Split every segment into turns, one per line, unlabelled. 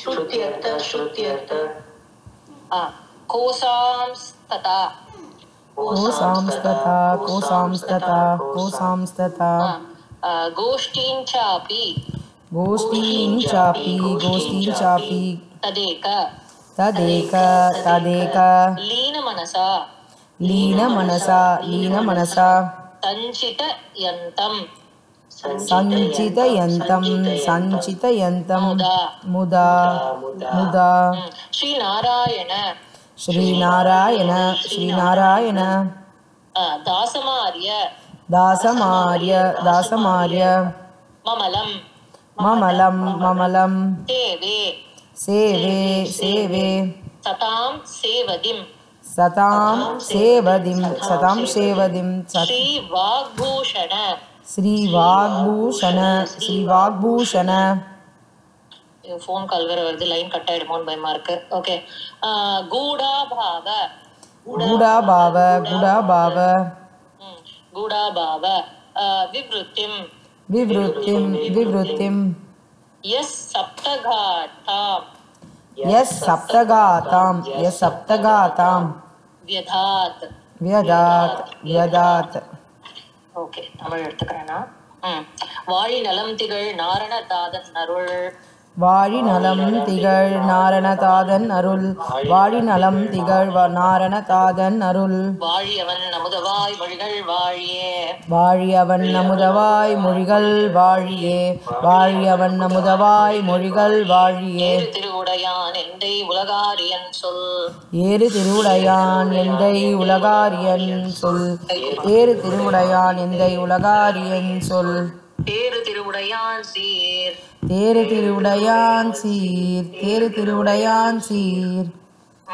श्रुत्यर्थ श्रुत्यर्थ
हा कोसां तथा
कोसांस्तथा कोसांस्तथा कोसांस्तथा
गोष्ठीं चापि
गोष्ठीं चापि गोष्ठीं चापि
तदेक
तदेक तदेक
लीनमनसा
लीनमनसा लीनमनसा
सञ्चितयन्तं
सञ्चितयन्तं सञ्चितयन्तं मुदा मुदा
ம், ஸ்ரீநாராயण
श्रीनारायण श्रीनारायण
ஆ, தாசமாரிய
दासमार्य दासमार्य
ममलं
ममलं ममलं
देवे
सेवे सेवे
सतां सेवदिं
सतां सेवदिं सतां सेवदिं सत्
श्रीवाग्भूषण
श्रीवाग्भूषण श्रीवाग्भूषण
ஃபோன் கால் வேற வருது லைன் கட் ஆயிடுமோன்னு பயமா இருக்கு ஓகே கூடாபாவ
गुडाभाव गुडाभाव
ம், கூடாபாவ ஆ, விவருத்திம்
विवृत्तिं विवृत्तिं
எஸ் சப்தகாத்தாம்
यः सप्तगातां यः सप्तगातां
வியதாத்
व्यदात् व्यदात्
ஓகே தமிழ் எடுத்துக்கிறேன்னா ம் வாழி நலம் திகழ் நாரண தாதன் அருள்
வாழிநலம் திகழ் நாரணதாதன் அருள் வாழிநலம் திகழ் வ- நாரணதாதன் அருள்
வாழியவன் நமுதவாய் வழிகள் வாழியே
வாழியவன் நமுதவாய் மொழிகள் வாழியே வாழியவன் நமுதவாய் மொழிகள் வாழியே
ஏறு திருவுடையான் எந்தை உலகாரியன் சொல்
ஏறு திருவுடையான் எந்தை உலகாரியன் சொல் ஏறு திருவுடையான் எந்தை உலகாரியன் சொல்
பேரு திருவுடையான் சீர்
தேறு திருவுடையான் சீர் தேறு திருவுடையான் சீர்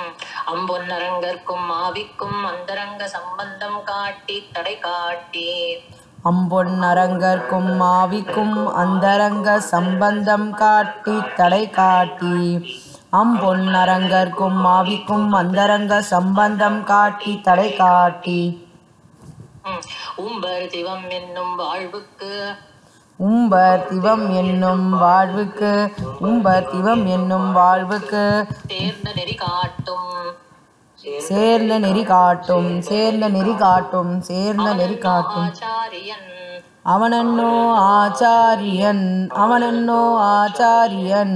ம். அம்பொன்னரங்கற்கும் ஆவிக்கும் அந்தரங்க சம்பந்தம் காட்டி தடை காட்டி
அம்பொன் அரங்கற்கும் மாவிக்கும் அந்தரங்க சம்பந்தம் காட்டி தடை காட்டி அம்பொன் அரங்கற்கும் மாவிக்கும் அந்தரங்க சம்பந்தம் காட்டி தடை காட்டி
ம். உம்பர் திவம் என்னும் வாழ்வுக்கு
உம்பர் திவம் என்னும் வாழ்வுக்கு உம்பர் திவம் என்னும் வாழ்வுக்கு
தேர்ந்த நெறி காட்டும்
சேர்ந்த நெறி காட்டும் சேர்ந்த நெறி காட்டும் சேர்ந்த நெறி காட்டும்
ஆச்சாரியன்
அவனன்னோ ஆச்சாரியன் அவனன்னோ ஆச்சாரியன்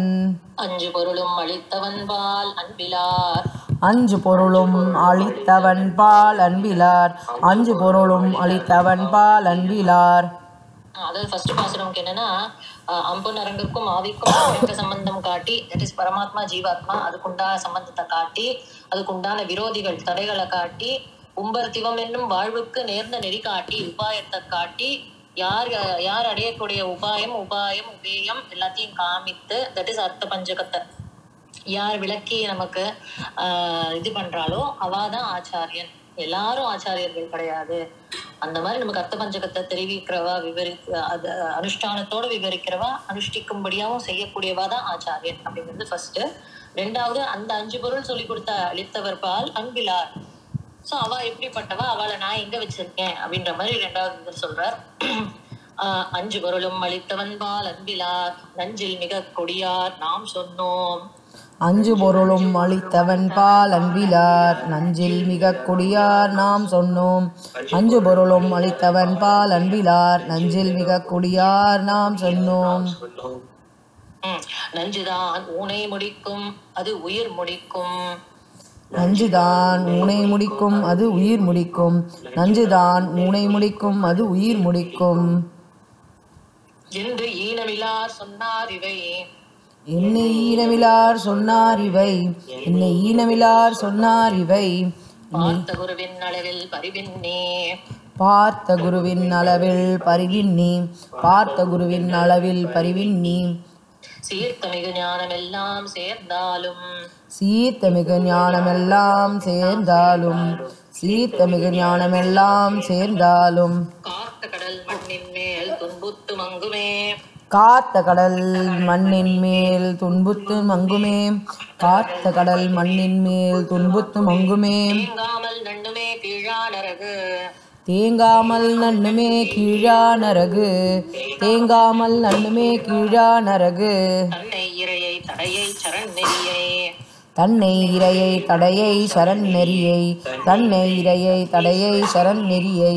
அஞ்சு பொருளும் அளித்தவன் பால் அன்பிலார்
அஞ்சு பொருளும் அளித்தவன் பால் அன்பிலார் அஞ்சு பொருளும் அளித்தவன் பால் அன்பிலார்
அதாவது ஃபர்ஸ்ட் பாஸ் நமக்கு என்னன்னா அஹ், அம்பு நரங்குக்கும் ஆவிக்கும் அந்தரங்க சம்பந்தம் காட்டி தட் இஸ் பரமாத்மா ஜீவாத்மா அதுக்குண்டான சம்பந்தத்தை காட்டி அதுக்குண்டான விரோதிகள் தடைகளை காட்டி உம்பர் திவம் என்னும் வாழ்வுக்கு நேர்ந்த நெறி காட்டி உபாயத்தை காட்டி யார் அஹ், யார் அடையக்கூடிய உபாயம் உபாயம் உபேயம் எல்லாத்தையும் காமித்து தட் இஸ் அர்த்த பஞ்சகத்தை யார் விளக்கி நமக்கு ஆஹ், இது பண்றாளோ அவதான் தான் ஆச்சாரியன் எல்லாரும் ஆச்சாரியர்கள் கிடையாது அந்த மாதிரி நமக்கு அர்த்த பஞ்சகத்தை தெரிவிக்கிறவா விவரி அது அனுஷ்டானத்தோட விவரிக்கிறவா அனுஷ்டிக்கும்படியாவும் செய்யக்கூடியவா தான் ஆச்சாரியன் அப்படிங்கிறது ஃபர்ஸ்ட் ரெண்டாவது அந்த அஞ்சு பொருள் சொல்லி கொடுத்த அளித்தவர் பால் அன்பிலார் சோ அவ எப்படிப்பட்டவா அவளை நான் எங்க வச்சிருக்கேன் அப்படின்ற மாதிரி ரெண்டாவது இதில் சொல்றார் ஆஹ் அஞ்சு பொருளும் அளித்தவன் பால் அன்பிலார் நஞ்சில் மிக கொடியார் நாம் சொன்னோம்
அஞ்சு பொருளும் அளித்தவன் பால் அன்பிலார் நஞ்சில் மிக கொடியார் நாம் சொன்னோம் அஞ்சு பொருளும் அளித்தவன் பால் அன்பிலார் நஞ்சில் மிக கொடியார் நாம் சொன்னோம்
ம். நஞ்சுதான் ஊனை முடிக்கும் அது உயிர் முடிக்கும்
நஞ்சுதான் ஊனை முடிக்கும் அது உயிர் முடிக்கும் நஞ்சுதான் ஊனை முடிக்கும் அது உயிர் முடிக்கும்
என்று ஈனமிலார் சொன்னார் இவை
என்னை ஈனமிலார் சொன்னார் இவை என்னை ஈனமிலார் சொன்னார் இவை
பார்த்த குருவின் அளவில் பரிவின்னே
பார்த்த குருவின் அளவில் பரிவின்னி பார்த்த குருவின் அளவில் பரிவின்னி
சீர்த்தமிகு ஞானமெல்லாம் சேர்ந்தாலும்
சீர்த்தமிகு ஞானமெல்லாம் சேர்ந்தாலும் சீர்த்தமிகு ஞானமெல்லாம் சேர்ந்தாலும்
காத்த கடல் மண்ணின் மேல் துன்புத்து மங்குமே
காத்த கடல் மண்ணின் மேல் துன்புத்து மங்குமே காத்த கடல் மண்ணின் மேல் துன்புத்து மங்குமே
தேங்காமல் நண்ணுமே கீழா நரகு
தேங்காமல் நன்னுமே கீழா நரகு தேங்காமல் நன்னுமே கீழா நரகு
தன்னை இரையை தடையை சரண் நெறியை
தன்னை இரையை தடையை சரண் நெறியை தன்னை இரையை தடையை சரண் நெறியை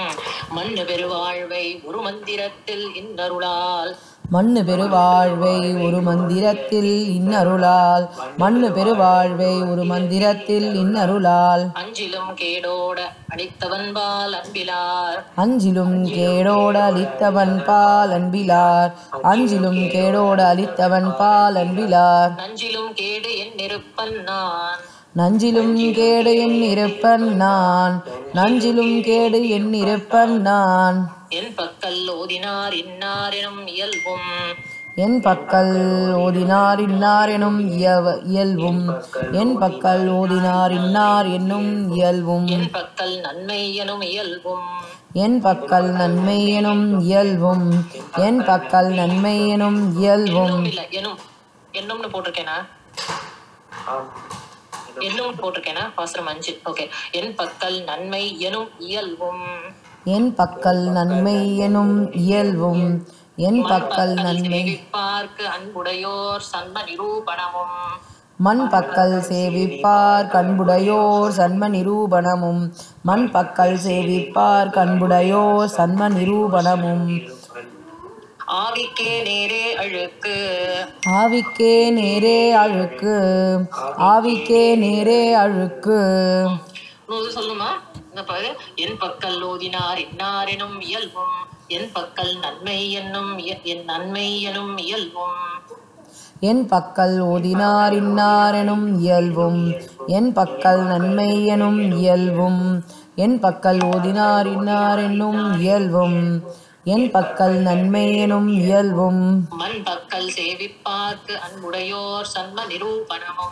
ம். மண்ணு பெருவாழ்வை ஒரு மந்திரத்தில் இன்னருளால்
மண்ணு பெருவாழ்வை ஒரு மந்திரத்தில் இன்னருளால் மண்ணு பெருவாழ்வை ஒரு மந்திரத்தில் இன்னருளால்
அஞ்சிலும் கேடோட அளித்தவன்பால் அன்பிலார்
அஞ்சிலும் கேடோட அளித்தவன் பால் அன்பிலார் அஞ்சிலும் கேடோட அளித்தவன் பால் அன்பிலார்
நஞ்சிலும் கேடு என் நெருப்பன் நான்
நஞ்சிலும் கேடு என் இருப்பன் நான் நஞ்சிலும் கேடு என் இருப்பன் நான்
என் பக்கல் ஓதினார் இன்னார் எனும் இயல்பும்
என் பக்கல் ஓதினார் இன்னார் எனும் இயவ- இயல்பும் என் பக்கல் ஓதினார் இன்னார் என்னும் இயல்பும்
என் பக்கல் நன்மை எனும் இயல்பும்
என் பக்கல் நன்மை எனும் இயல்பும் என் பக்கல் நன்மை எனும் இயல்பும்
இல்ல எனும் என்னும்னு போட்டிருக்கேனா என்னும் போட்டிருக்கேனா பாசுரம் அஞ்சு ஓகே என் பக்கல் நன்மை எனும் இயல்பும்
என் பக்கல் நன்மை எனும் இயல்பும் என் பக்கல் நன்மை
பார்க்கு அன்புடையோர் சன்ம நிரூபணமும்
மண் பக்கல் சேவிப்பார் கண்புடையோர் சன்ம நிரூபணமும் மண் பக்கல் சேவிப்பார் கண்புடையோர் சன்ம நிரூபணமும்
ஆவிக்கே நேரே அழுக்கு
ஆவிக்கே நேரே அழுக்கு ஆவிக்கே நேரே அழுக்கு
இன்னொரு சொல்லுமா இந்த பாரு என் பக்கல் ஓதினார் இன்னார் எனும் இயல்பும் என் பக்கல் நன்மை என்னும் இய- என் நன்மை எனும் இயல்பும்
என் பக்கல் ஓதினார் இன்னார் எனும் இயல்பும் என் பக்கல் நன்மை எனும் இயல்பும் என் பக்கல் ஓதினார் இன்னார் என்னும் இயல்பும் என் பக்கல் நன்மை எனும் இயல்பும்
மண் பக்கல் சேவிப்பார்க்கு அன்புடையோர் சன்ம நிரூபணமும்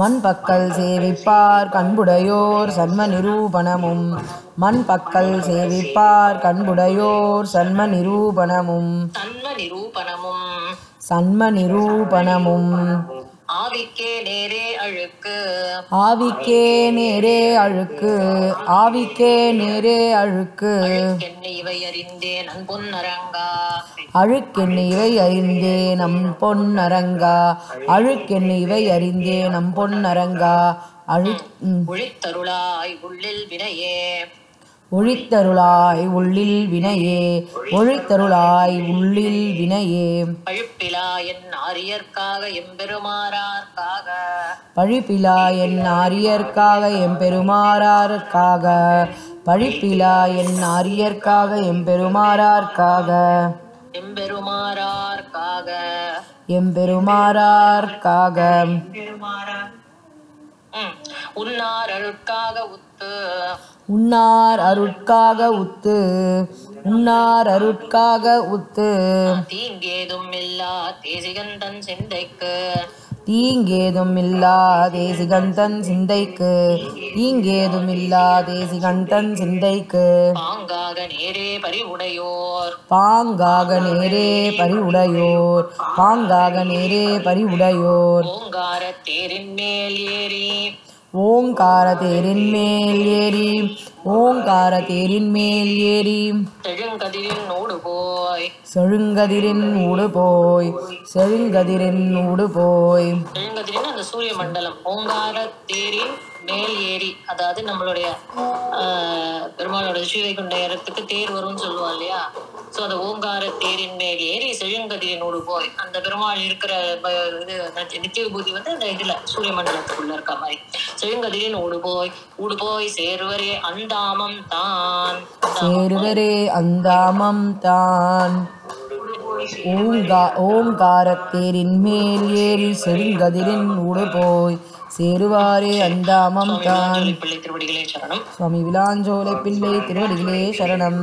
மண் பக்கல் சேவிப்பார் கண்புடையோர் சன்ம நிரூபணமும் மண் பக்கல் சேவிப்பார் கண்புடையோர் சன்ம நிரூபணமும்
சன்ம நிரூபணமும்
சன்ம நிரூபணமும்
ஆவிக்கே நேரே அழுக்கு
ஆவிக்கே நேரே அழுக்கு ஆவிக்கே நேரே அழுக்கு
என்னை இவை அறிந்தே நண்பொன் அரங்கா
அழுக்கென் இவை அறிந்தே நம் பொன்னரங்கா அழுக்கென் இவை அறிந்தே நம் பொன்னரங்கா அழு ம்.
ஒழித்தருளாய் உள்ளில் வினையே
ஒழித்தருளாய் உள்ளில் வினையே ஒழித்தருளாய் உள்ளில் வினையே
பழுப்பிலா என் ஆரியர்க்காக எம்பெருமாறார்க்காக
பழிப்பிலா என் ஆரியர்க்காக எம்பெருமாறார்க்காக பழிப்பிலா என் ஆரியர்க்காக எம்பெருமாறார்க்காக
எம்பெருமாறார்க்காக
எம்பெருமாறார்க்காக
ம். உன்னார் அருட்காக உத்து
உன்னார் அருட்காக உத்து உன்னார் அருட்காக உத்து
தீங்கேதும் இல்லா தேசிகந்தன் சிந்தைக்கு
தீங்கேதும் இல்லாதே சிகந்தன் சிந்தைக்கு தீங்கேதும் இல்லாதே சிகந்தன் சிந்தைக்கு
பாங்காக நேரே பறிவுடையோர்
பாங்காக நேரே பரிவுடையோர் பாங்காக நேரே பரிவுடையோர்
ஓங்கார தேரின் மேல் ஏறி
ஓங்கார தேரின் மேல் ஏறி ஓங்கார தேரின் மேல் ஏறி
தெழுங்கதிரின் நூடு போய்
செழுங்கதிரின் ஊடு போய் செழுங்கதிரின் ஊடு போய்
தெழுங்கதிரின் அந்த சூரிய மண்டலம் ஓங்கார தேரின் மேல் ஏறி அதாவது நம்மளுடைய ஆஹ், பெருமாளோட ஸ்ரீவைகுண்ட இடத்துக்கு தேர் வரும்னு சொல்லுவா இல்லையா சோ அந்த ஓங்கார தேரின் மேல் ஏறி செழுங்கதிரினோடு போய் அந்த பெருமாள் இருக்கிற ப- இது நட்ச- நித்திய விபூதி வந்து அந்த இதுல சூரிய மண்டலத்துக்குள்ள இருக்க மாதிரி செழுங்கதிரின் ஓடு போய் ஊடு போய் சேர்வரே அந்தாமம் தான்
சேருவரே அந்தாமம் தான் ஓங்கா ஓங்காரத்தேரின் மேல் ஏறி செழுங்கதிரின் ஊடு போய் சேருவாரே அந்தாமம் தான்
சுவாமி பிள்ளை திருவடிகளே சரணம்
சுவாமி விலாஞ்சோலை பிள்ளை திருவடிகளே சரணம்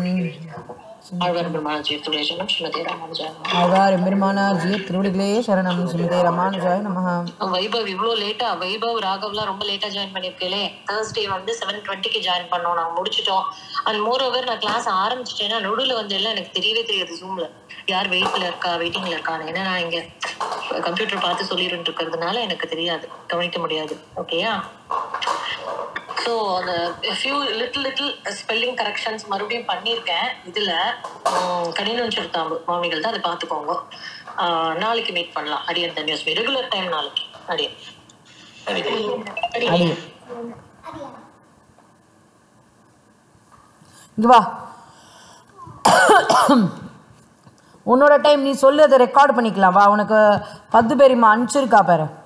ஆழ்வார் பெருமான ஜெயத்துடைய சரணம் ஸ்ரீமதி ராமானுஜாயம்
ஆழ்வார் எம்பெருமானார் ஜிய திருவடிகளே சரணம் சுமிதே ரமானுஜாய் நமஹா
வைபவ் இவ்வளோ லேட்டா வைபவ் ராகவ்லாம் ரொம்ப லேட்டா ஜாயின் பண்ணிருக்கேலே தேர்ஸ்டே வந்து செவன் டுவெண்ட்டிக்கு ஜாயின் பண்ணோம் நாங்க முடிச்சிட்டோம் அண்ட் மோர் ஓவர் நான் கிளாஸ் ஆரம்பிச்சிட்டேன்னா நடுவில் வந்து எல்லாம் எனக்கு தெரியவே தெரியாது ஜூம்ல யார் வெயிட்ல இருக்கா வெயிட்டிங்ல இருக்கான்னு ஏன்னா நான் இங்க கம்ப்யூட்டர் பார்த்து சொல்லிட்டு இருக்கிறதுனால எனக்கு தெரியாது கவனிக்க முடியாது ஓகேயா ஸோ அந்த few little little spelling corrections மறுபடியும் பண்ணியிருக்கேன் இதில் கடினம் சுருத்தாம்பு மாமிகள் தான் அதை பார்த்துக்கோங்க ஆஹ் நாளைக்கு மீட் பண்ணலாம் அடியன் த நியூஸ் ரெகுலர் டைம் நாளைக்கு அடியன்
அடி இங்க வா உன்னோட டைம் நீ சொல்லு அதை ரெக்கார்ட் பண்ணிக்கலாம் வா உனக்கு பத்து பேரிம்மா அனுப்பிச்சிருக்கா பாரு